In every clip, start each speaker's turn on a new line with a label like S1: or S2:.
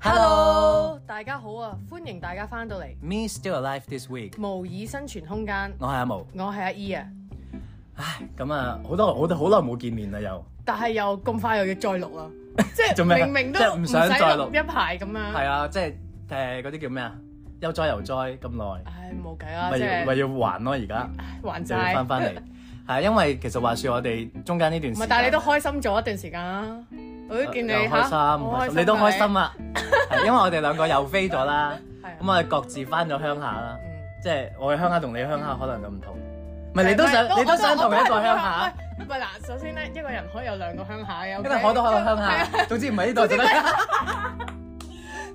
S1: Hello，大家好啊，歡迎大家翻到嚟
S2: Me still alive this week，
S1: 模擬生存空間，
S2: 我係阿毛。
S1: 我係阿 E 啊，
S2: 唉，咁啊，好多好多好耐冇見面啦，又
S1: 但係又咁快又要再錄 啦，即
S2: 做
S1: 係
S2: 咩啊
S1: 明明都
S2: 即係唔想
S1: 使
S2: 再錄
S1: 一排咁樣，
S2: 係啊，即係誒嗰啲叫咩啊？悠哉悠哉咁耐，
S1: 唉冇計啦，
S2: 咪
S1: 即
S2: 要咪
S1: 係
S2: 要還咯，而家
S1: 還
S2: 就要
S1: 債
S2: 翻，翻嚟。係因為其實話説我哋中間呢段
S1: 唔
S2: 時間，呃
S1: 係但係你都開心咗一段時間啊，我都見你
S2: 又
S1: 嚇，
S2: 開心，
S1: 我
S2: 開心你都開心啊！係因為我哋兩個又飛咗啦，
S1: 係啊，
S2: 咁我哋各自翻咗鄉下啦，
S1: 嗯
S2: 即係我嘅鄉下同你鄉下可能就唔同，唔係你都想你都想同一個鄉下，。
S1: 唔係嗱，首先咧，一個人可以有兩個鄉下嘅，
S2: 因為我都可以有鄉下，總之唔係呢度就得。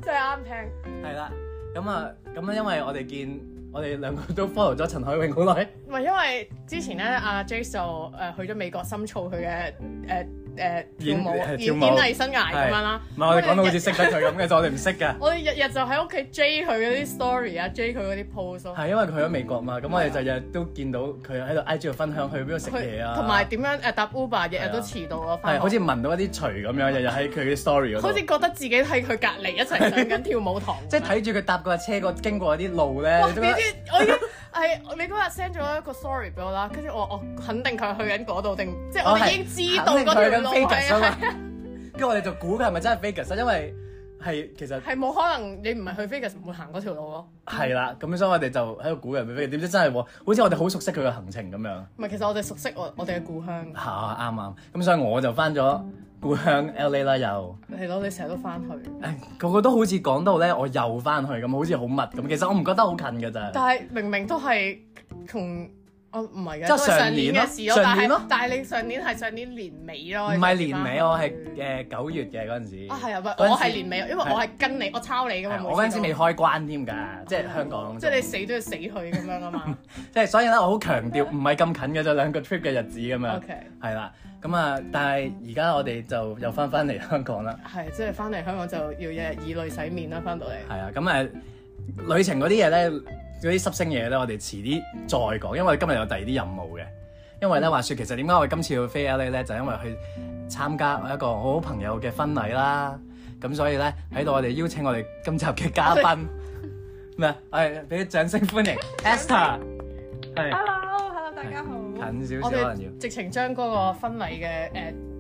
S1: 真係啱聽。
S2: 係啦，咁啊，咁啊，因為我哋見我哋兩個都 follow 咗陳海榮好耐，
S1: 唔係因為之前咧，阿 Jace 就誒去咗美國深造佢嘅誒誒
S2: 演
S1: 跳舞
S2: 係
S1: 演
S2: 跳
S1: 演
S2: 舞
S1: 藝生涯咁樣啦。
S2: 唔係我哋講到好似
S1: 日
S2: 識得佢咁嘅，其實我哋唔識㗎。
S1: 我哋日日就喺屋企追佢嗰啲 story 啊，追佢嗰啲 post 咯。
S2: 係因為佢喺美國嘛，咁我哋就日日都見到佢喺度 IG 度分享去邊度食嘢啊，
S1: 佢同埋點樣呃誒搭 Uber 日日都遲到啊，翻
S2: 係
S1: 學
S2: 好似聞到一啲除咁樣，日日喺佢啲 story 嗰
S1: 好似
S2: 度，
S1: 覺得自己喺佢隔離一齊上緊跳舞堂咁樣。
S2: 即係睇住佢搭過架車個經過嗰啲路咧，
S1: 哇！
S2: 你
S1: 你
S2: 都覺
S1: 知
S2: 得
S1: 我已經係你嗰日 send 咗一個 story 俾我啦，跟住我我肯定佢去緊嗰度定，即係我哋已經知道
S2: 哦肯定佢
S1: 嗰
S2: 去
S1: 條
S2: 緊
S1: 路
S2: Vegas 啊
S1: 係
S2: 嘛，跟住我哋就估佢係咪真係 Vegas，啊因為係其實
S1: 係冇可能你唔係去 Vegas 唔會行嗰條路咯。
S2: 係啦，咁所以我哋就喺度估佢係咪 Vegas，點知真係喎，好似我哋好熟悉佢嘅行程咁樣。
S1: 唔係，其實我哋熟悉我我哋嘅故鄉，
S2: 嚇啊啱啱，咁所以我就翻咗故鄉 LA 啦，又
S1: 係咯，你成日都翻去，
S2: 唉個個都好似講到咧，我又翻去咁，好似好密咁。其實我唔覺得好近㗎咋，
S1: 但係明明都係同我唔係
S2: 即
S1: 嘅，
S2: 係
S1: 都係
S2: 上年咯
S1: 嘅事咯。
S2: 上
S1: 但
S2: 年
S1: 係
S2: 咯
S1: 但係你上年係上年年尾咯，
S2: 唔係年尾，我係
S1: 你翻去
S2: 誒九月嘅嗰陣時。
S1: 啊係啊，
S2: 嗰陣
S1: 喂
S2: 時
S1: 我係年尾，因為我係跟你，我抄你噶嘛
S2: 係，
S1: 每次
S2: 我嗰陣時
S1: 都
S2: 未開關添㗎，即係香港。
S1: 即係你死都要死去咁樣啊嘛。
S2: 即係所以咧，我好強調唔係咁近嘅啫，兩個 trip 嘅日子咁樣。
S1: OK。
S2: 係啦，咁啊，但係而家我哋就又翻翻嚟香港啦。
S1: 係，即係翻嚟香港就要日日以淚洗面啦，翻到嚟。
S2: 係啊，咁誒、旅程嗰啲嘢咧，嗰啲濕星嘢咧，我哋遲啲再講，因為今日有第二啲任務嘅。因為咧話説，其實點解我哋今次要飛 LA 咧，就因為去參加我一個好好朋友嘅婚禮啦。咁所以咧喺度，我哋邀請我哋今集嘅嘉 賓咩？我哋俾啲掌聲歡迎 Esther，係
S3: Hello，Hello，大家好。
S2: 近少
S1: 我
S2: 少可能要
S1: 哋直情將嗰個婚禮嘅誒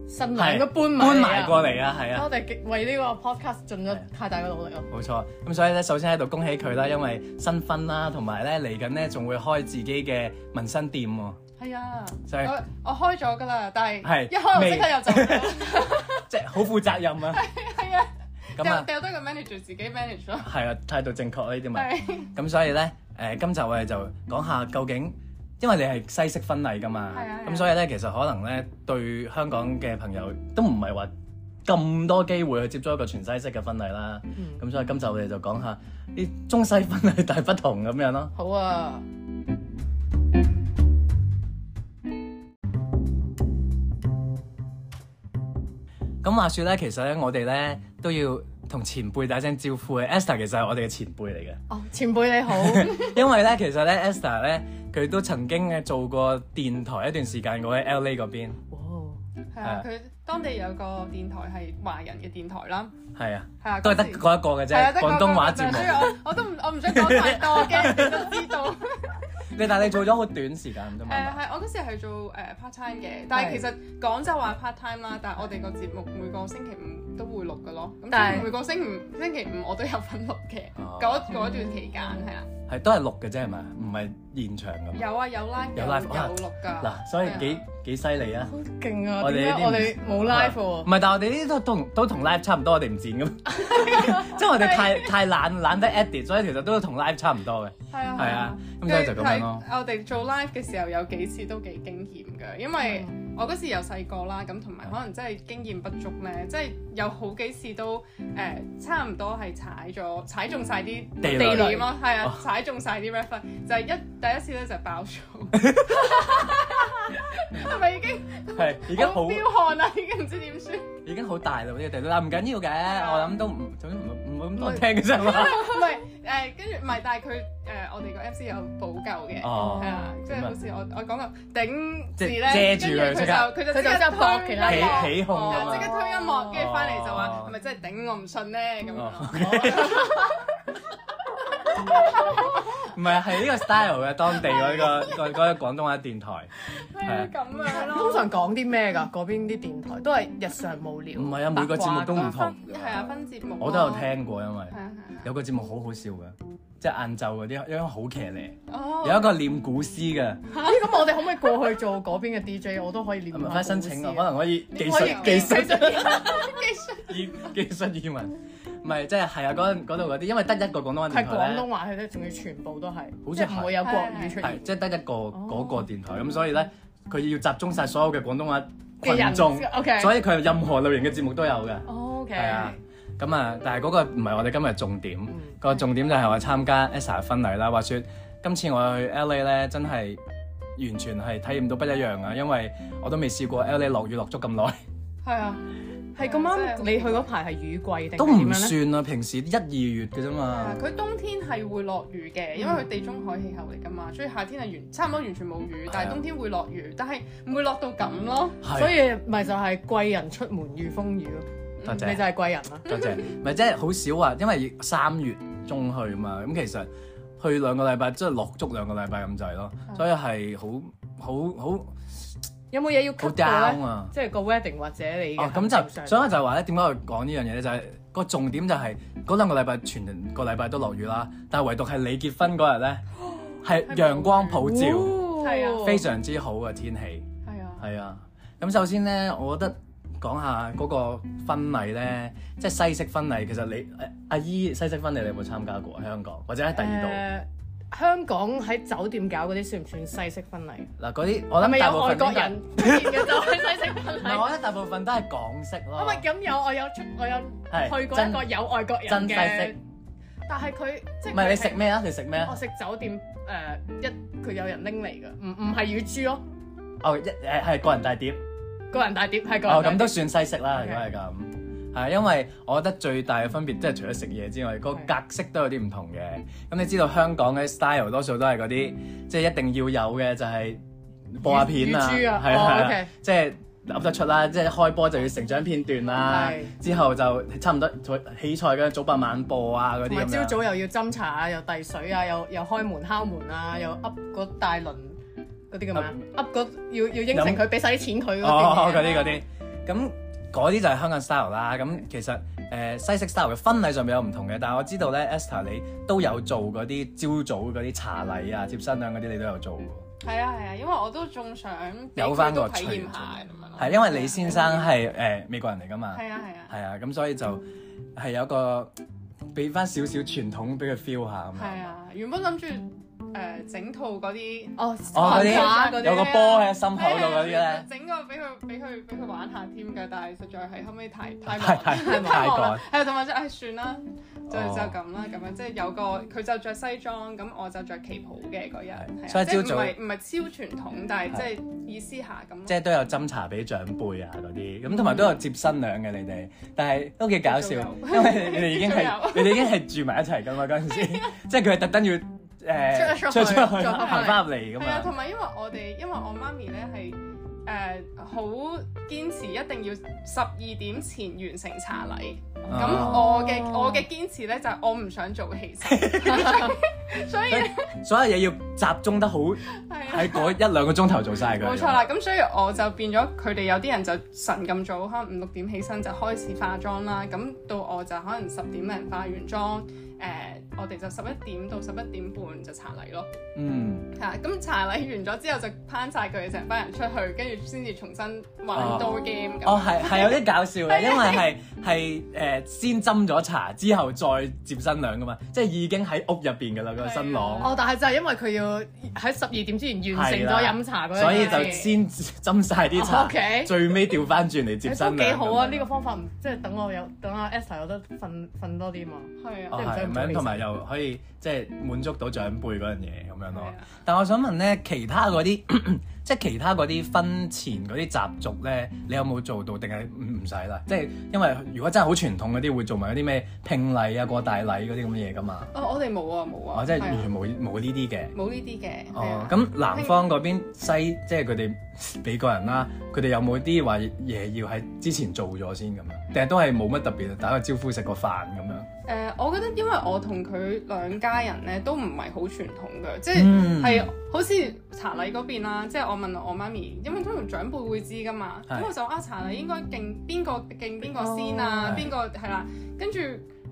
S1: 新娘
S2: 係
S1: 都搬埋
S2: 搬埋過
S1: 嚟
S2: 嚟啊，係
S1: 啊。
S2: 啊。
S1: 我哋極為呢個 podcast 盡咗
S2: 係
S1: 太大嘅努力咯。
S2: 冇錯，咁所以咧，首先喺度恭喜佢啦，因為新婚啦，同埋咧嚟緊咧仲會開自己嘅紋身店喎。
S3: 係啊，
S2: 就係
S3: 我我開咗噶啦，但係
S2: 係
S3: 一開我
S2: 未
S3: 即刻 又走咗。
S2: 即係好負責任啊！
S3: 係啊，
S2: 咁
S3: 掉
S2: 啊，
S3: 掉低個 manager 自己 manage 咯。
S2: 係啊，態度正確啊呢啲咪。
S3: 係
S2: 咁所以咧，誒、今集我哋就講下究竟，因為你係西式婚禮噶嘛
S3: 係啊，係啊
S2: 咁所以咧，其實可能咧對香港嘅朋友都唔係話咁多機會去接觸一個全西式嘅婚禮啦。
S1: 嗯
S2: 咁、所以今集我哋就講下啲中西婚禮大不同咁樣咯。
S1: 好啊，
S2: 咁話說咧，其實咧我哋咧都要同前輩打聲招呼嘅。Esther 其實係我哋嘅前輩嚟嘅。
S1: 哦，前 輩你好，
S2: 因為咧，其實咧，Esther 咧，佢都曾經嘅做過電台一段時間，我喺 LA 嗰邊，
S1: 哇
S3: 係
S2: 係
S3: 啊
S2: 啊，
S3: 佢當地有個電台係華人嘅電台啦，
S2: 係啊，
S3: 係啊，
S2: 都係得
S3: 嗰
S2: 嗰
S3: 時
S2: 一個嘅
S3: 係啊
S2: 啫，
S3: 得嗰個
S2: 廣東話節
S3: 所以
S2: 目。
S3: 我我都唔我唔想講太 多嘅，你都知道。
S2: 你但係你做咗好短時間啫
S3: 誒
S2: 嘛，
S3: 係，我啊嗰時係做誒 part time 嘅，
S2: 嗯
S3: 但係其實講就話 part time 啦，但係我哋個節目每個星期五都會錄嘅咯。咁
S1: 但
S3: 但
S1: 係
S3: 係每個星期五星期五我都有份錄嘅，
S2: 哦
S3: 嗰嗰段期間係啦。
S2: 係都係錄嘅啫，係咪？唔係現場咁。
S3: 有啊有 live
S2: 有
S3: 有
S2: live，
S3: 有錄㗎。啊
S2: 嗱，所以幾幾犀利啊！
S1: 好勁啊！
S2: 我哋
S1: 點
S2: 呢啊
S1: 解
S2: 啲
S1: 我哋冇 live
S2: 唔
S1: 喎？
S2: 係，但係我哋呢啲都同都同 live 差唔多，我哋唔剪咁，即係我哋太太懶懶得 edit，所以其實都同 live 差唔多嘅，
S3: 係啊
S2: 係啊，咁所以就咁樣咯。
S3: 跟住係我哋做 live 嘅時候有幾次都幾驚險㗎，因為我嗰時又細個啦，咁同埋可能真係經驗不足咧，即係有好幾次都誒、呃差唔多係踩咗踩中晒啲
S2: 地雷
S3: 點咯，係啊
S2: 哦，
S3: 踩中晒啲 reference，就係一第一次咧就爆 粗，係咪已經
S2: 係而家好
S3: 啊飆汗啦？已經唔知點算。
S2: 已經好大啦，呢個地雷，但唔緊要嘅，我諗都唔總之唔唔唔好咁多人聽嘅啫嘛。
S3: 唔係誒，跟住唔係，但係佢誒我哋個 MC 有補救嘅，
S2: 哦
S3: 係啊，即係好似我我講個頂字
S2: 即
S3: 咧，
S2: 係遮住佢
S3: 跟
S2: 即刻
S3: 佢就佢就
S1: 佢就
S3: 即
S1: 即刻
S3: 刻
S1: 搏
S3: 推哦
S1: 其
S3: 音
S1: 他嘢
S3: 樂，
S2: 起起控
S1: 啊
S2: 啊
S1: 嘛
S3: 即刻
S2: 嘛。
S3: 推音樂，跟住翻嚟就
S2: 哦
S3: 話係咪真係頂我唔順咧咁
S2: 哦
S3: 樣咯。
S2: Ờ, ，OK 唔係係呢個 style 嘅當地嗰個嗰嗰個廣東話電台。啊
S3: 係啊咁樣咯。
S1: 通常講啲咩㗎？嗰邊啲電台都係日常無聊。
S2: 唔係啊每個節目都唔同
S3: 分係啊，分節目咯
S2: 我都有。聽過，因為
S3: 係啊係啊
S2: 有個節目好好笑嘅，即係晏晝嗰啲，因為好騎呢，
S3: 哦，
S2: 有一個念古詩嘅，
S1: 咦，咁我哋可唔可以過去做嗰 邊嘅 DJ？我都可以練
S2: 係咪快申請啊？
S1: 下
S2: 可能可以
S1: 古
S2: 技
S1: 詩啊
S2: 術技術
S1: 可以技術
S2: 意技術意文，唔係即係係啊嗰陣嗰度嗰啲，因為得一個廣東話
S1: 係
S2: 電
S1: 廣
S2: 台
S1: 東
S2: 咧，
S1: 話，佢哋仲要全部都係，
S2: 似
S1: 即係唔會有國語出
S2: 係
S1: 現
S2: 即係得一個
S1: 哦
S2: 嗰個電台，咁所以咧佢要集中晒所有嘅廣東話
S1: 嘅
S2: 群
S1: 人。哦
S2: 眾，
S1: O K，
S2: 所以佢任何類型嘅節目都有嘅。
S1: O
S2: 係
S1: K，
S2: 啊，咁啊，但係嗰個唔係我哋今日重點，
S1: 嗯
S2: 個重點就係我參加 ESA 婚禮啦。話說今次我去 LA 咧，真係完全係體驗到不一樣啊，因為我都未試過 LA 落雨落足咁耐，
S3: 係啊，
S1: 係咁啱你去嗰排係雨季定
S2: 都
S1: 係點
S2: 唔
S1: 樣咧？
S2: 算啊，平時一二月嘅啫
S3: 係
S2: 嘛
S3: 啊。佢冬天係會落雨嘅，因為
S2: 嗯
S3: 佢地中海氣候嚟㗎嘛，所以夏天係完差唔多完全冇雨，
S2: 啊
S3: 但係冬天會落雨，但係唔會落到咁咯。
S2: 係
S1: 所以咪就係貴人出門遇風雨咯，
S2: 多
S1: 你就
S2: 謝
S1: 係貴人啦。
S2: 多謝，咪即係好少話，因為三月中去嘛，咁其實去兩個禮拜，即係落足兩個禮拜咁滯咯，
S1: 嗯
S2: 所以係好好好
S1: 有冇嘢要
S2: 好
S1: cut 到
S2: down
S1: 咧？
S2: 啊。
S1: 即係個 wedding 或者你
S2: 哦
S1: 嘅，
S2: 咁
S1: 行程
S2: 就
S1: 上
S2: 所以我就話咧，點解我講呢樣嘢咧？就係、個重點就係、嗰兩個禮拜全個禮拜都落雨啦，但係唯獨係你結婚嗰日咧，係陽光普照，
S1: 哦
S3: 係啊
S2: 非常之好嘅天氣。
S3: 係啊，
S2: 係啊，咁首先咧，我覺得講下嗰個婚禮咧，即係西式婚禮。其實你阿阿姨西式婚禮你有冇參加過？喺香港或者喺第二度
S1: 度。香港喺酒店搞嗰啲算唔算西式婚禮？
S2: 嗱嗰啲，我
S1: 係咪
S2: 諗大
S1: 有
S2: 部
S1: 外
S2: 分
S1: 國
S2: 應該
S1: 人出現嘅就係西式婚
S2: 唔係，我
S1: 禮？
S2: 覺得大部分都係港式
S1: 我
S2: 咯
S1: 咪，咁有，我有出，我有
S2: 係
S1: 去過一
S2: 真
S1: 個有外國
S2: 真
S1: 人
S2: 西
S1: 嘅
S2: 式。，
S1: 但係佢即係
S2: 唔係你
S1: 佢係
S2: 食咩啊？你食咩啊
S1: 我？食酒店誒一佢有人拎嚟㗎，
S2: 嗯
S1: 唔唔係乳豬咯，
S2: 哦，一誒係個人大碟。
S1: 個人大碟係個
S2: 哦咁
S1: 人，大碟
S2: 都算西式啦，
S1: OK
S2: 如果係咁。係，因為我覺得最大嘅分別，即係除咗食嘢之外，個格式都有啲唔同嘅。咁你知道香港嘅 style 多數都係嗰啲，即係一定要有嘅就係播下片啊，
S1: 乳乳豬啊
S2: 係啊
S1: 哦
S2: 係啊
S1: OK
S2: 即係諗得出啦，即係開波就要成長片段啦，之後就差唔多起賽嘅早八晚播啊嗰
S1: 同
S2: 啲
S1: 埋
S2: 咁
S1: 朝
S2: 樣。
S1: 早又要斟茶啊，又遞水啊，又又開門敲門啊，又噏嗰大輪嗰啲咁啊，噏嗰要要應承佢俾晒啲錢佢嗰
S2: 哦，
S1: 啲
S2: 嗰
S1: 嘢啊
S2: 啲嗰啲，咁嗰啲就係香港 style 啦。咁其實誒、呃西式 style 嘅婚禮上面有唔同嘅，但係我知道咧，Esther 你都有做嗰啲朝早嗰啲茶禮啊、接新娘嗰啲，你都有做喎。
S3: 係啊，係啊，因為我都仲想俾
S2: 有返
S3: 佢
S2: 個
S3: 都體
S2: 趣
S3: 驗下咁樣咯。
S2: 係因為李先生係誒、呃美國人嚟㗎嘛，
S3: 係啊係啊
S2: 係啊，咁所以就係有個俾翻少少傳統俾佢 feel 下咁
S3: 係
S2: 樣。
S3: 啊，原本諗住誒整套嗰啲
S1: 哦，
S2: 哦，嗰
S1: 文
S2: 啲
S1: 化嗰
S2: 有
S1: 啲
S2: 個波喺心口度 嗰啲咧，
S3: 整個俾佢俾佢俾佢玩下添㗎，但係實在係後尾太 太
S2: 太太太
S3: 太忙
S2: 趕
S3: 啦，係啊同埋即係唉算啦，就就
S2: 哦
S3: 咁啦，咁樣即係有個佢就着西裝，咁我就着旗袍嘅嗰日，係啊
S2: 所以
S3: 即係
S2: 朝早
S3: 唔係唔係超傳統，但係即係意思下咁
S2: 即
S3: 咯。
S2: 係都有斟茶俾長輩啊嗰啲，
S3: 嗯
S2: 咁同埋都有接新娘嘅你哋，但係都幾搞笑，
S3: 都有
S2: 因為你哋已經係
S3: 都
S2: 你哋已經係住埋一齊㗎嘛嗰陣時，
S3: 啊
S2: 即係佢係特登要誒
S1: 出一出去
S2: 出出去
S1: 再翻嚟
S2: 行翻入嚟咁
S3: 係啊，
S2: 樣，
S3: 同埋因為我哋因為我媽咪咧係誒好堅持一定要十二點前完成茶禮。
S2: 哦啊
S3: 咁我嘅我嘅堅持咧就係我唔想做犧 牲，所以咧
S2: 啊所有嘢要集中得好
S3: 係啊
S2: 喺嗰一兩個鐘頭做晒佢。
S3: 冇錯啦。咁所以我就變咗佢哋有啲人就晨咁早，可能五六點起身就開始化妝啦。咁到我就可能十點零化完妝，誒、我哋就十一點到十一點半就茶禮咯。
S2: 嗯，
S3: 係啊咁茶禮完咗之後就攀晒佢哋成班人出去，跟住先至重新玩多 game 咁。
S2: 哦係係有啲搞笑
S3: 啊
S2: 嘅，因為係係誒先斟咗茶之後再接新娘㗎嘛，即係已經喺屋入邊㗎啦個新郎。
S1: 哦，但係就係因為佢要喺十二點之前完成
S2: 係啦
S1: 咗飲
S3: 啊
S1: 茶嗰樣嘢
S2: 所以就
S3: 哦
S2: 先斟晒啲茶
S1: OK
S2: 最尾調翻轉 嚟接
S1: 誒都
S2: 新
S1: 幾
S2: 娘。
S1: 好啊！呢個方法唔即係等我有等阿 Esther 有得瞓瞓多啲嘛。
S3: 係
S2: 哦
S3: 啊，
S1: 即係唔使
S2: 係
S1: 咁
S2: 咁樣，
S1: 早起身
S2: 同埋又可以即係滿足到長輩嗰樣嘢咁樣
S3: 係
S2: 咯
S3: 啊。
S2: 但我想問咧，其他嗰啲 即係其他嗰啲婚前嗰啲習俗咧，你有冇做到定係唔唔使啦？即係因為如果真係好傳統嗰啲，會做埋嗰啲咩聘禮啊、過大禮嗰啲咁嘅嘢噶嘛。
S3: 哦，我哋冇啊，冇啊，
S2: 哦，即係
S3: 係啊
S2: 完全冇冇呢啲嘅。
S3: 冇呢啲嘅。係
S2: 哦
S3: 啊，
S2: 咁南方嗰邊西，即係佢哋美國人啦，佢哋有冇啲話嘢要喺之前做咗先咁樣？定係都係冇乜特別，打個招呼食個飯咁樣？
S3: 誒、我覺得因為我同佢兩家人咧都唔係好傳統嘅，即係
S2: 嗯
S3: 係、好似茶禮嗰邊啦，即係我問我媽咪，因為通常長輩會知噶嘛，
S2: 係
S3: 咁我就話啊茶禮應該敬邊個敬邊個先
S2: 哦
S3: 啊，
S2: 係
S3: 邊個係啦，跟住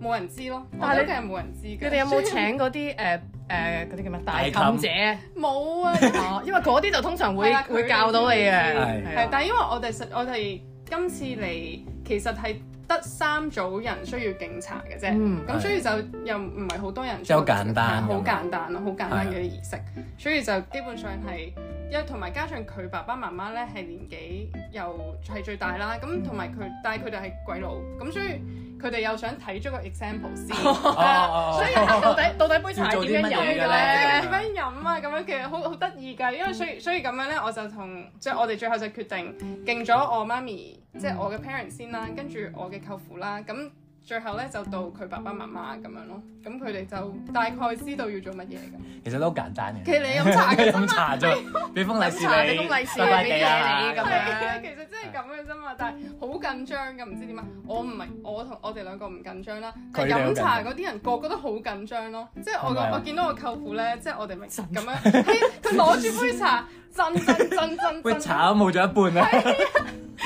S3: 冇人知咯，我
S1: 但係
S3: 哋
S1: 你
S3: 係冇人知嘅。
S1: 佢哋有冇請嗰啲誒誒嗰啲叫咩大
S2: 大
S1: 妗
S2: 妗
S1: 姐？
S3: 冇啊？
S1: 哦，因為嗰啲就通常會
S3: 係啦佢哋
S1: 會教到你嘅，
S2: 係
S3: 係，
S1: 係啊
S3: 但係因為我哋實我哋今次嚟其實係得三組人需要敬茶嘅啫，
S1: 嗯
S3: 咁、所以就又唔係好多人
S2: 即係好簡單
S3: 係好
S2: 咁樣
S3: 簡單咯，好簡單
S2: 係啊
S3: 嘅儀式，所以就基本上係。因為同埋加上佢爸爸媽媽咧係年紀又係最大啦，咁同埋佢，但係佢哋係鬼佬，咁所以佢哋又想睇咗個 example 先， 係啊
S2: 哦
S1: 所以到底到底杯茶
S2: 要
S1: 係點樣
S2: 做啲乜嘢
S1: 飲
S2: 嘅
S1: 嘅
S2: 咧嗯
S1: 咧？
S3: 點樣飲啊？咁樣其實好好得意㗎，因為所以所以咁樣咧，我就同即係我哋最後就決定敬咗我媽咪，即係我嘅 parents 先啦，跟住我嘅舅父啦，咁最後咧就到佢爸爸媽媽咁樣咯。咁佢哋就大概知道要做乜嘢 咁。
S2: 其實都好簡單嘅。
S3: 其實你飲茶嘅啫
S2: 飲
S3: 嘛，
S2: 茶啫，俾封利是
S1: 飲茶俾
S2: 你，
S1: 封利是
S2: 拜拜地
S1: 俾嘢你咁
S3: 係
S1: 樣
S3: 啊，其實真係咁嘅啫嘛，但係好緊張㗎，唔知點解。啊我唔係我同我哋兩個唔緊張啦，
S2: 佢
S3: 但
S2: 哋
S3: 係
S2: 好緊張
S3: 飲茶嗰啲人個個都好緊張咯。即係我個
S2: 係咪啊
S3: 我見到我舅父咧，即係我哋咪咁樣，係佢攞住杯茶震震震震
S2: 喂，
S3: 震。
S2: 茶都冇咗一半啊啦。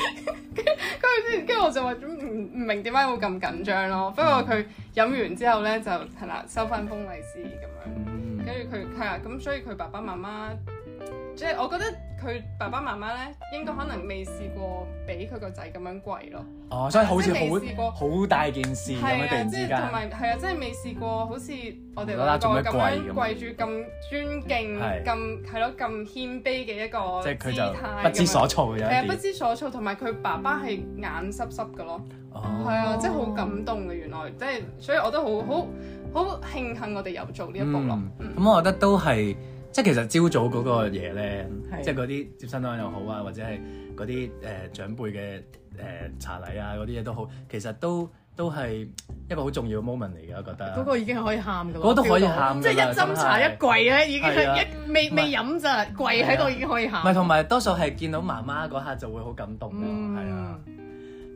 S3: 跟住跟住我就話唔唔明點解會咁緊張咯。不過佢飲完之後咧就係啦，收翻封利是咁樣。
S2: 嗯
S3: 跟住佢係啊，咁所以佢爸爸媽媽，即係我覺得佢爸爸媽媽咧應該可能未試過俾佢個仔咁樣跪咯。
S2: 哦，所以好似
S3: 即係未試過
S2: 好好大件事咁嗯樣突
S3: 啊，
S2: 然
S3: 即
S2: 之
S3: 係
S2: 間
S3: 同，埋係啊，即係未試過好似我哋
S2: 無啦啦
S3: 兩個
S2: 做乜跪咁啊
S3: 咁樣跪住咁尊敬、
S2: 係
S3: 咁係咯咁謙卑嘅一個
S2: 即係佢
S3: 姿態
S2: 就不知所
S3: 措。
S2: 措嘅有
S3: 係啊，不
S2: 一啲。
S3: 知所措，同埋佢爸爸係眼濕濕嘅咯，係
S2: 哦，
S3: 啊，即係好感動嘅原來，即係所以我都好好好慶幸我哋有做呢一步咯。
S2: 嗯咁我覺得都係，即係其實朝早嗰個嘢咧
S1: 係，
S2: 即係嗰啲接新郎又好啊，或者係嗰啲誒長輩嘅誒茶禮啊嗰啲嘢都好，其實都都係一個好重要嘅 moment 嚟嘅，我覺得。
S1: 嗰個已經係可以喊㗎啦，
S2: 嗰個都可以
S1: 我 feel 到
S2: 喊㗎啦
S1: 即係一斟茶
S2: 真係
S1: 一跪咧，已經
S2: 係啊
S1: 係一未
S2: 唔係
S1: 未飲咋，跪喺度已經可以
S2: 唔係，
S1: 喊。
S2: 同埋多數係見到媽媽嗰刻就會好感動咯，
S1: 嗯
S2: 係啊。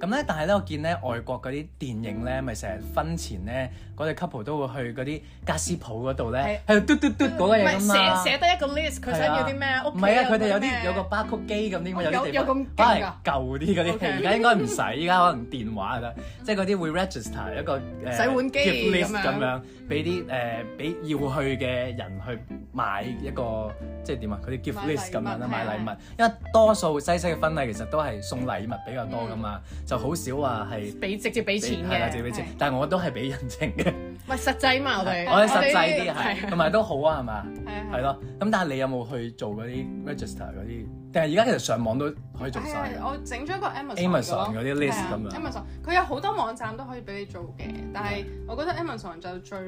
S2: 咁咧，但係咧，我見咧外國嗰啲電影咧，咪成日婚前咧，嗰對 couple 都會去嗰啲家私鋪嗰度咧，喺度嘟嘟嘟嗰個
S1: 唔
S2: 嘢
S1: 係
S2: 咁啊。
S1: 寫寫得一個 list，佢想要啲咩？屋
S2: 唔
S1: 企
S2: 係啊，佢哋有
S1: 咩
S2: 啲有個巴曲機咁啲，有啲
S1: 有
S2: 地
S1: 有咁
S2: 方
S1: 勁㗎啊
S2: 可能係舊啲嗰啲
S1: OK
S2: 而家應該唔使，依家可能電話啦，即係嗰啲會 register 一個誒
S1: 洗碗機
S2: gift list
S1: 咁樣
S2: 咁樣，俾啲誒俾要去嘅人去買一個即係點啊？佢啲 gift
S3: 買禮
S2: list 咁樣啦，
S3: 物
S2: 買
S3: 係
S2: 禮
S1: 啊
S2: 物，因為多數西式嘅婚禮其實都係送禮物比較多噶嘛，就好少話係
S1: 俾直接俾錢
S2: 係啦，自己
S1: 嘅，
S2: 俾錢
S3: 係，
S2: 但係我都係俾人情嘅，
S1: 唔係實際嘛，我哋
S2: 我哋實際啲
S1: 我哋
S2: 係，同埋都好啊，係嘛？
S3: 係啊係
S2: 係
S3: 啊
S2: 咯，咁但係你有冇去做嗰啲 register 嗰啲？定係而家其實上網都可以做
S3: 係啊
S2: 晒嘅。
S3: 我整咗個
S2: Amazon
S3: Amazon
S2: 嗰啲 list 咁樣
S3: 啊 Amazon 佢有好多網站都可以俾你做嘅，但係我覺得 Amazon 就最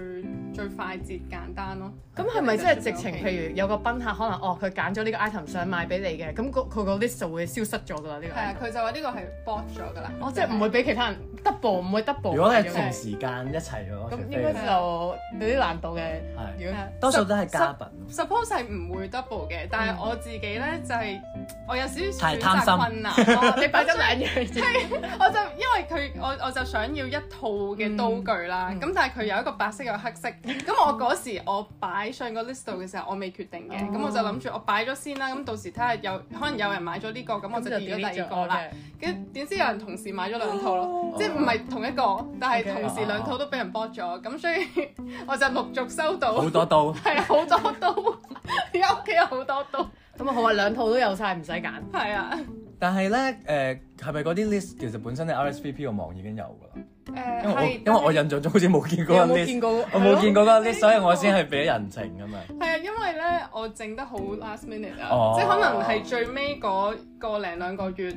S3: 最快捷簡單咯。
S1: 咁係咪即係直情？譬如有個賓客可能哦，佢揀咗呢個 item 想買俾你嘅，咁嗰佢個 list 就會消失咗㗎啦，呢個
S3: 係啊，
S1: item。
S3: 佢就話呢個係 bot 咗㗎啦。
S1: 哦，即係唔會俾其他人 double，唔會 double 買咗嘅。
S2: 如果你係同時間一齊咯，
S1: 咁
S2: 除非
S1: 應該就有啲難度嘅。
S2: 係
S1: 如果
S3: 係
S2: 多數都係家
S3: 十
S2: 品。
S3: 呃 suppose 係唔會 double 嘅，
S1: 嗯
S3: 但係我自己咧就係、我有少少
S2: 太
S3: 選
S2: 貪心
S3: 擇困難咯。
S1: 你擺 咗兩樣嘢，
S3: 我就因為佢我我就想要一套嘅刀具啦，
S1: 嗯
S3: 咁、但係佢有一個白色有黑色，咁我嗰時我擺上個 list 度嘅時候，我未決定嘅，咁、
S1: 哦
S3: 我就諗住我擺咗先啦，咁到時睇下有可能有人買咗呢、個，咁我就
S1: 就
S3: 掉
S1: delete
S3: 咗第二
S1: 咗
S3: 個哦啦。。跟點知有人同時買咗兩套咯，即係唔係同一個，但係
S1: Okay
S3: 同時兩套都俾人 b 咗，咁所以 我就陸續收到
S2: 好多刀，
S3: 係好多刀， 而家屋企有好多刀，
S1: 咁啊好啊，兩套都有晒，唔使揀。
S3: 係啊。
S2: 但係咧誒係咪嗰啲 list 其實本身你 RSVP 個網已經有㗎啦？
S3: 誒
S2: 因為我
S3: 係
S2: 因為我印象中好似冇見
S1: 你
S2: 過
S1: 有
S2: 嗰個
S1: 冇見
S2: list，
S1: 過？
S2: 我冇見過嗰個
S3: 係
S2: list，
S3: 咯
S2: 所以 我先係俾人情咁樣。
S3: 係啊，因為咧我整得好 last minute 啊，
S2: 哦
S3: 即係可能係最尾嗰個零兩個月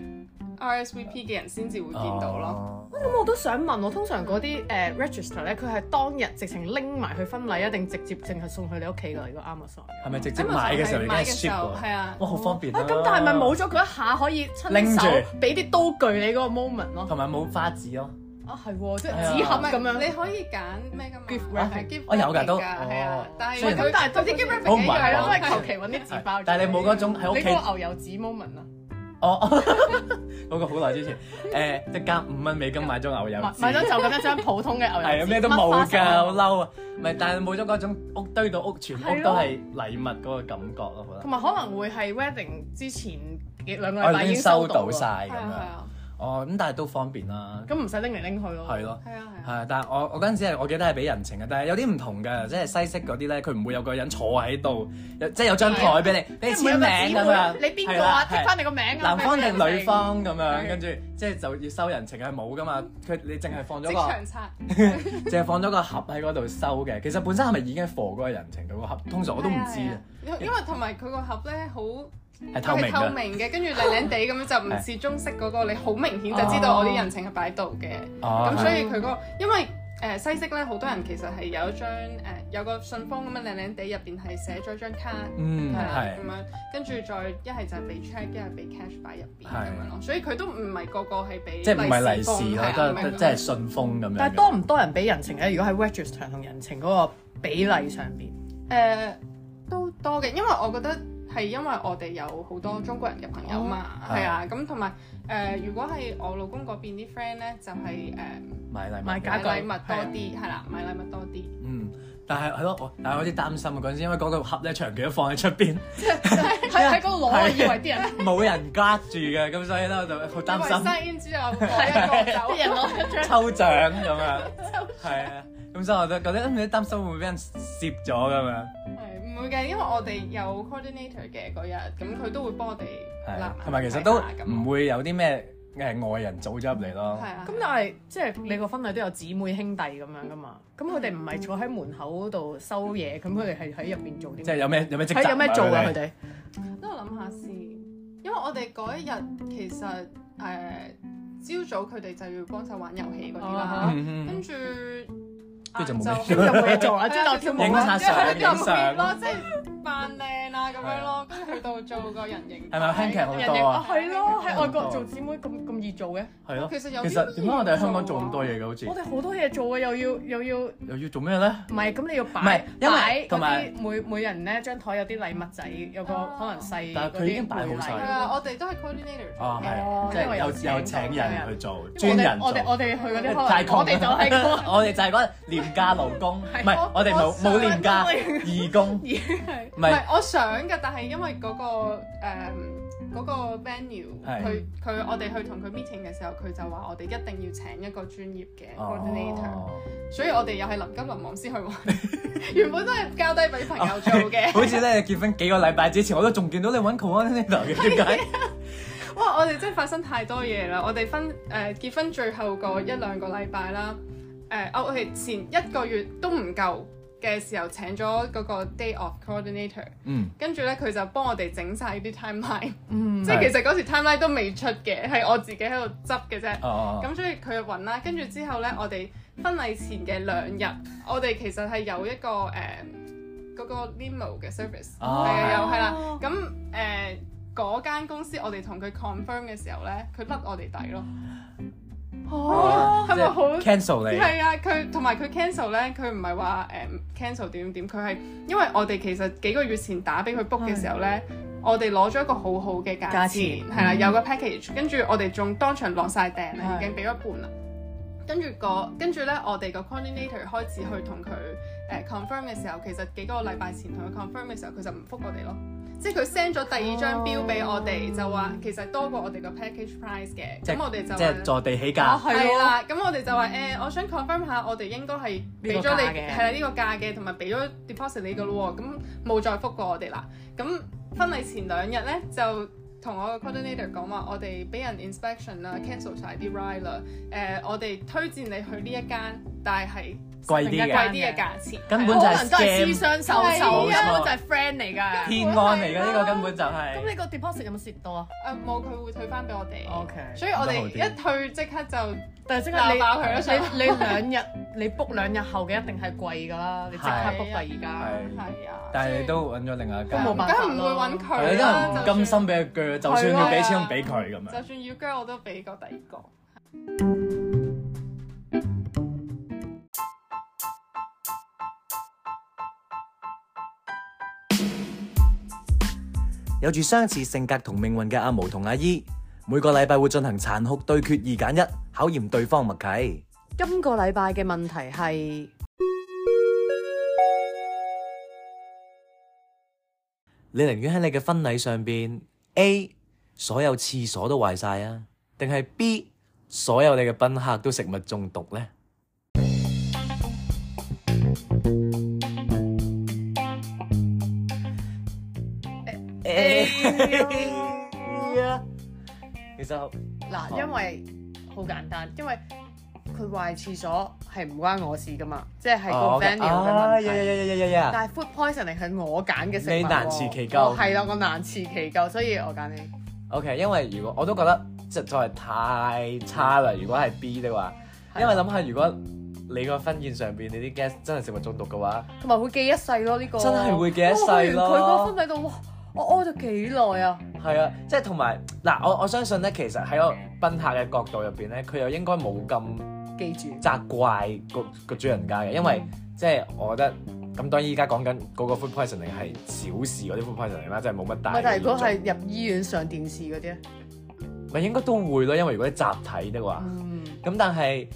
S3: RSVP 嘅人先至會見到咯。
S2: 咯。
S1: 咁我都想問，我通常嗰啲誒 register 咧，佢係當日直情拎埋去婚禮啊，定直接淨係送去你屋企㗎？如果啊 Amazon
S2: 係咪直接買嘅時候已經
S3: 買
S2: 係
S3: 嘅時
S2: ship
S3: 候
S2: 喎
S3: 係啊
S2: 哇，好方便
S1: 啊，
S2: 啊！
S1: 咁但係咪冇咗佢一下可以
S2: 拎
S1: 親
S2: 住
S1: 手俾啲刀具你嗰個 moment 咯？
S2: 同埋冇花紙咯？
S1: 啊係喎，即係
S2: 係啊
S1: 紙盒咁
S3: 唔係你
S1: 樣。
S3: 可以揀咩㗎嘛
S1: Gift
S3: 係
S1: wrapping
S3: gift
S2: 我啊有㗎
S3: wrapping
S2: 都
S3: 係啊
S2: 哦，
S3: 但係
S2: 雖然
S3: 佢
S1: 佢但係都
S3: 佢啲 gift
S1: 我
S2: 唔
S3: wrapping 一
S2: 係
S1: 係
S3: 樣
S1: 咯，
S2: 我
S1: 都係
S3: 係
S1: 求其揾啲紙包。
S2: 但係你冇嗰種喺屋
S1: 你
S2: 企
S1: 嗰個牛油紙 moment 啊，
S2: 哦， 嗰個好耐之前，誒，即係加五蚊美金買咗牛油
S1: 買
S2: 紙
S1: 買咗就咁一張普通嘅牛油紙，
S2: 係啊，咩都
S1: 乜
S2: 冇
S1: 花手
S2: 㗎，
S1: 啊
S2: 好嬲啊！咪但係冇咗嗰種屋堆到屋，全屋
S1: 啊
S2: 都係禮物嗰個感覺咯，我覺
S1: 同埋可能會係 wedding 之前嘅兩個
S2: 得。
S1: 禮
S2: 我
S1: 拜
S2: 已
S1: 已
S2: 經
S1: 經
S2: 收
S1: 到
S2: 到
S1: 啦，
S2: 晒
S3: 係
S2: 咁
S3: 啊係
S2: 樣。
S3: 啊
S2: 哦，咁但係都方便啦，
S1: 咁唔使拎嚟拎去咯。
S2: 係咯。
S3: 係啊係啊，
S2: 係，但係我我嗰陣時係我記得係俾人情嘅，但係有啲唔同嘅，即係西式嗰啲咧，佢唔會有個人坐喺度，有即係有張台俾你，俾你
S1: 即係
S2: 簽
S1: 唔係有
S2: 名
S1: 個
S2: 咁
S1: 姊
S2: 樣。
S1: 妹你邊
S2: 係
S1: 個
S2: 啦
S1: 啊？
S2: 係
S1: 剔翻你個名啊？
S2: 男方定
S1: 咩咩咩
S2: 女方咁樣，
S1: 係
S2: 跟住即係就要收人情係冇噶嘛，佢你淨係放咗
S3: 職
S2: 個
S3: 場刷
S2: 淨係放咗個盒喺嗰度收嘅，其實本身係咪已經 for 嗰個人情嗰個盒？通常我都唔知
S3: 係
S2: 啊
S3: 啊，，因因為同埋佢個盒咧好
S2: 係透
S3: 佢係
S2: 明
S3: 透
S2: 㗎。
S3: 明嘅，跟住靚靚地咁樣就唔似中式嗰個，你好明顯就知道我啲人情係擺喺度嘅。
S2: 哦係
S3: 咁所以佢嗰個因為誒、呃西式咧，好多人其實係有一張誒、呃有個信封咁樣靚靚地，入邊係寫咗張卡，
S2: 嗯
S3: 係啦
S2: 係
S3: 咁樣，跟住再一係就係俾 check，一係俾 cash 擺入邊
S2: 係
S3: 咁樣咯。所以佢都唔係個個係俾
S2: 即係唔係利
S3: 封
S2: 是
S3: 係
S2: 咯，
S3: 啊
S2: 都
S3: 唔係
S2: 都即係信封咁樣嘅。
S1: 但係多唔多人俾人情咧？如果喺 register 同人情嗰個比例上邊，
S3: 誒呃都多嘅，因為我覺得係因為我哋有好多中國人嘅朋友嘛，
S2: 哦
S3: 係啊，咁同埋誒，如果係我老公嗰邊啲 friend 咧，就係誒呃
S2: 買禮物
S1: 買
S2: 嘅
S1: 假
S3: 買
S1: 假具
S3: 禮物多啲，係啦，買禮物多啲，
S2: 嗯，但係係咯，我但係我有啲擔心啊嗰陣時，因為嗰個盒咧長期都放喺出邊，
S1: 喺喺嗰度攞，我
S2: 係
S1: 以為啲 人
S2: 冇人 guard 住嘅，咁所以咧我就好擔
S3: 因為
S2: 心
S3: 生煙之後我一個 走
S1: 啲人攞一張
S2: 抽獎咁 樣，係啊，咁所以我都覺得唔知擔心會唔會俾人攝咗咁樣，
S3: 係唔會嘅，因為我哋有 coordinator 嘅嗰日，咁佢都會幫我哋
S2: 嗯係啊
S3: 立
S2: 同埋其實都
S3: 睇下咁
S2: 唔會有啲咩誒外人組咗入嚟咯
S3: 係，啊，
S1: 咁但係即係你個婚禮都有姊妹兄弟咁樣噶嘛？咁佢哋唔係坐喺門口度收嘢，咁佢哋係喺入邊做啲咩，
S2: 即係有咩有咩職責
S1: 喺有咩做啊？
S2: 哋
S1: 佢哋
S3: 等我諗下先，因為我哋嗰一日其實誒朝早佢哋就要幫手玩遊戲嗰啲啦，
S2: 嗯嗯
S3: 跟住啊
S2: 跟住就冇咩
S1: 咁就冇嘢 做啦，即係就跳舞
S2: 影
S1: 啦
S2: 下。相
S3: 跟住就
S2: 影相
S3: 咯，即係扮靚啊咁樣咯，跟住去到做個人形，哦
S2: 係咪香劇好
S1: 人
S2: 多
S1: 哋
S2: 啊
S1: 啊，係咯，喺外國做姊妹咁咁易做嘅，
S2: 係咯，
S3: 其實有
S2: 其實點解我哋喺香港做咁多嘢嘅好似
S1: 我？哋好多嘢做啊，又要又要，唔
S2: 又要做咩咧？
S1: 係咁你要
S2: 唔係
S1: 擺
S2: 因為
S1: 擺
S2: 同埋
S1: 嗰啲每每人咧張台有啲禮物仔，有個
S3: 啊
S1: 可能細
S2: 但
S1: 嗰
S2: 係佢已經
S1: 啲
S2: 擺好
S1: 回
S2: 晒
S3: 係
S1: 禮。
S3: 啊，我哋都係 coordinator 做
S2: 哦，
S3: 嘅
S2: 係啊，
S1: 哦
S2: 即係
S1: 因為有
S2: 有有
S1: 請
S2: 請
S1: 人
S2: 人去做，
S1: 因
S2: 專
S1: 為
S2: 人
S1: 我
S2: 做
S1: 哋。我哋我哋去嗰啲
S2: 太
S1: 可
S2: 窮
S1: 能我哋就係個
S2: 我哋就係嗰廉價勞工，唔
S1: 係
S2: 係我哋冇
S3: 我
S2: 冇廉價義 工，
S3: 係
S2: 唔
S3: 唔
S2: 係
S3: 係我想嘅，但係因為嗰、個誒嗰、個 venue，
S2: 係
S3: 佢佢我哋去同佢 meeting 嘅時候，佢就話我哋一定要請一個專業嘅 coordinator，、
S2: 哦
S3: 所以我哋又係臨急臨忙先去 玩，原本都係交低俾朋友做嘅。
S2: 好似咧結婚幾個禮拜之前，我都仲見到你揾 coordinator 嘅，點解？
S3: 哇！我哋真係發生太多嘢啦！我哋分誒、呃、結婚最後個一兩個禮拜啦，誒、我我哋前一個月都唔夠嘅時候請咗嗰個 day of coordinator，
S2: 嗯，
S3: 跟住咧佢就幫我哋整晒啲 timeline。
S1: 嗯
S3: 即係其實嗰時 timeline 都未出嘅，係我自己喺度執嘅啫。
S2: 哦，
S3: 咁所以佢揾啦，跟住之後呢，我哋婚禮前嘅兩日，我哋其實係有一個誒嗰、個 limo 嘅 service，係
S2: 哦
S3: 啊，有
S1: 哦
S3: 係啦。咁誒嗰間公司，我哋同佢 confirm 嘅時候呢，佢甩我哋底咯。
S2: 哦
S3: 係咪好
S2: 即係 cancel 你？
S3: 係啊，佢同埋佢 cancel 咧，佢唔係話誒 cancel 點點，佢係因為我哋其實幾個月前打俾佢 book 嘅時候咧，
S2: 嗯
S3: 我哋攞咗一個好好嘅價
S1: 價
S3: 錢，
S1: 錢
S3: 係啦，有個 package，跟住我哋仲當場落晒訂啦，已
S1: 係
S3: 經俾咗一半啦。跟住個跟住咧，我哋個 coordinator 開始去同佢誒 confirm 嘅時候，其實幾個禮拜前同佢 confirm 嘅時候，佢就唔覆我哋咯。即係佢 send 咗第二
S2: 哦
S3: 張表俾我哋，就話其實多過我哋個 package price 嘅，
S2: 即
S3: 咁我哋就
S2: 即
S3: 話
S2: 係坐地起價
S1: 啊。係
S3: 係
S1: 咯
S3: 啦，咁我哋就話
S4: 嗯
S3: 誒、我想 confirm 下，我哋應該係俾
S1: 呢
S3: 咗
S1: 個價
S3: 你
S1: 嘅
S3: 係啦呢個價嘅，同埋俾咗 deposit 你嘅咯
S4: 嗯
S3: 喎，咁冇再覆過我哋啦。咁婚禮前兩日咧就同我個 coordinator 講話，我哋俾人 inspection 啦，cancel 晒啲 ride 啦，誒、我哋推薦你去呢一間，但係係
S4: 貴啲
S1: 更
S4: 嘅
S1: 加
S3: 貴啲嘅價錢，啊
S4: 根
S1: 好
S4: 本 就
S1: 多
S4: 係
S1: 人都係私
S4: scam
S1: 相授受，
S3: 係
S4: 啊
S1: 根本就係 friend 嚟㗎。
S4: 騙案嚟嘅，呢個根本就
S1: 咁
S4: 係
S1: 你個 deposit 有冇蝕到啊？
S3: 誒冇佢會退翻俾我哋
S1: OK
S3: 所以我
S4: 咁
S3: 哋
S4: 都好啲
S3: 一退即刻就
S1: 但係即刻
S3: 鬧
S1: 你
S3: 爆佢咯想
S1: 你你兩日你 book 兩日後嘅一定係貴㗎啦，你即刻
S4: 係
S1: book 第二
S4: 係
S3: 係啊，
S4: 但係你都揾咗另外一間，
S1: 都冇
S4: 係啊
S1: 辦法
S3: 梗係唔會揾
S4: 因
S3: 佢
S4: 為啊唔
S3: 啦，
S4: 甘心俾佢鋸，就算要俾錢都唔俾佢咁
S3: 就
S4: 樣
S3: 算。就。算要姜我都俾過第二個。
S2: 有住相似性格同命運嘅阿毛同阿姨，每個禮拜會進行殘酷對決二揀一，考驗對方默契。
S1: 㗎。今個禮拜嘅問題係
S2: 你寧願喺你嘅婚禮上邊 A 所有廁所都壞晒啊，定係 B 所有你嘅賓客都食物中毒呢？其實哦
S1: 嗱，因為好簡單，因為佢壞廁所係唔關我事㗎嘛，即係
S2: 哦
S1: 個 venue
S2: 啊呀呀
S1: 嘅問題。
S2: 呀呀呀呀！
S1: 但係 food poisoning 係我揀嘅食物喎，
S2: 你難辭其咎
S1: 我係啦，我難辭其咎，所以我揀你。
S2: OK，因為如果我都覺得實在係太差啦。如果係 B 的話，
S1: 係啊
S2: 因為諗下如果你個婚宴上邊你啲 guest 真係食物中毒嘅話，
S1: 同埋會記一世咯，呢、個
S2: 真係會記一世咯
S1: 哇去完佢個婚禮度，哇！我屙咗幾耐啊！
S2: 係啊，即係同埋嗱，我我相信咧，其實喺個賓客嘅角度入邊咧，佢又應該冇咁
S1: 記住，
S2: 責怪個個主人家嘅，因為即係我覺得咁當然依家講緊嗰個 food poisoning 係小事嗰啲 food poisoning 啦，即係冇乜大
S1: 咪
S2: 嘅嚴重。
S1: 但係如果係入醫院上電視嗰啲咧，
S2: 咪應該都會咯，因為如果你集體的話。
S1: 嗯，
S2: 咁但係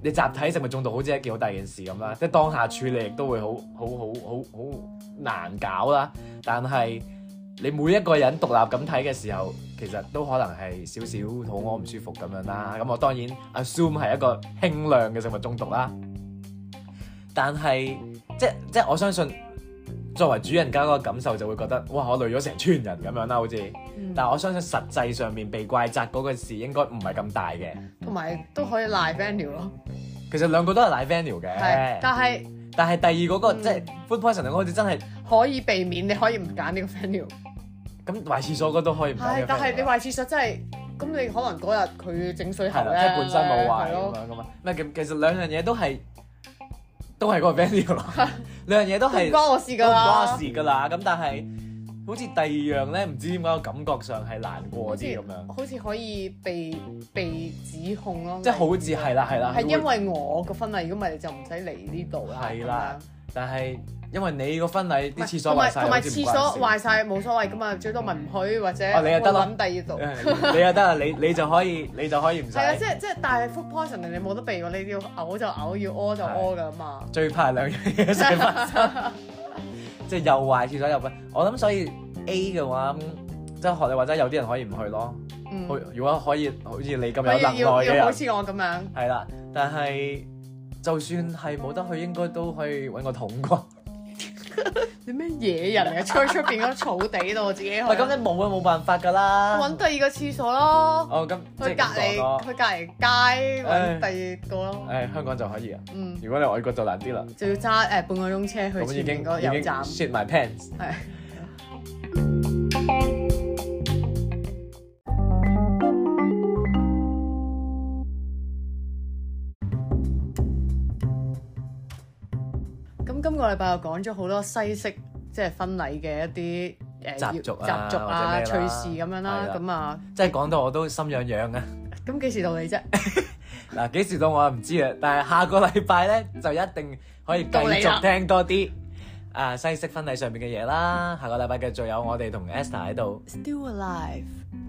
S2: 你集體食物中毒好似係一件好大件事咁啦，即係當下處理亦都會好好好好好難搞啦。但係你每一個人獨立咁睇嘅時候，其實都可能係少少肚屙唔舒服咁樣啦。咁我當然 assume 係一個輕量嘅食物中毒啦。但係即即我相信作為主人家嗰個感受就會覺得哇，我累咗成村人咁樣啦，好似。
S1: 嗯
S2: 但我相信實際上面被怪責嗰個事應該唔係咁大嘅。
S1: 同埋都可以賴 venue 咯，
S2: 其實兩個都係奶 venue
S1: 係，
S2: 嘅，
S1: 但係
S2: 但係第二嗰個
S1: 嗯
S2: 即係 food poisoning 好似真係
S1: 可以避免，你可以唔揀呢個 venue。
S2: 咁壞廁所嗰都可以唔
S1: 係
S2: 使，
S1: 但係你壞廁所真係，咁你可能嗰日佢整水喉
S2: 係啦，
S1: 咧，
S2: 即係本身冇
S1: 係
S2: 壞咁
S1: 咯，
S2: 樣噶嘛。唔係其其實兩樣嘢都係都 係嗰個 venue 咯，兩樣嘢都
S1: 都唔
S2: 係
S1: 關我事
S2: 都
S1: 㗎
S2: 唔關
S1: 啦
S2: 我事。㗎啦。咁但係好似第二樣咧，唔知點解我感覺上係難過啲咁樣，
S1: 好似可以被被指控咯，
S2: 即係好似係啦係啦，
S1: 係因
S2: 會
S1: 為我個婚禮，如果唔係你就唔使嚟呢度啦。
S2: 係啦
S1: 咁樣，
S2: 但係因為你個婚禮啲廁所
S1: 同埋
S2: 壞晒，
S1: 同埋
S2: 好似唔
S1: 廁
S2: 關
S1: 所
S2: 事
S1: 壞晒冇所謂噶嘛，最多咪唔去或者
S2: 哦你又得咯
S1: 我揾第二度。
S2: 誒嗯你又得啦，你你就可以你就可以唔使
S1: 係。啊，即係即係，但係 food poison 你冇得避喎，你要嘔就嘔，要屙就屙噶嘛。
S2: 最怕兩樣嘢一齊發生，即係又壞廁所又乜。我諗所以 A 嘅話，咁即係學你話齋，有啲人可以唔去咯。
S1: 嗯，
S2: 好如果可以，好似你咁有
S1: 所
S2: 能
S1: 以
S2: 耐
S1: 要
S2: 嘅
S1: 要好
S2: 人，
S1: 似我咁樣，
S2: 係啦。但係就算係冇得去，應該都可以揾個桶啩。
S1: 你咩野人嚟？ 出去出邊嗰草地度自己去。
S2: 唔係咁，你冇啊，冇辦法㗎啦。
S1: 揾第二個廁所咯，
S2: 哦，咁即係
S1: 去隔
S2: 咁講
S1: 離
S2: 咯
S1: 去。隔離街揾第二個咯。
S2: 誒，香港就可以啊。
S1: 嗯，
S2: 如果你外國就難啲啦。
S1: 就要揸誒半個鐘車
S2: 咁
S1: 去
S2: 已經
S1: 前面
S2: 已
S1: 嗰個油
S2: 經
S1: 站。
S2: shit my pants。
S1: 係。咁今個禮拜又講咗好多西式即係婚禮嘅一啲誒
S2: 習俗啊
S1: 習俗啊、
S2: 或
S1: 趣
S2: 者咩啦
S1: 事咁樣啦
S2: 係，啦
S1: 咁啊，
S2: 即係講到我都心癢癢啊！
S1: 咁幾時到你啫？
S2: 嗱，幾時到我唔知啊，但係下個禮拜咧就一定可以繼續聽多啲啊西式婚禮上面嘅嘢啦。下個禮拜繼續有我哋同 Esther 喺度，
S1: Still alive。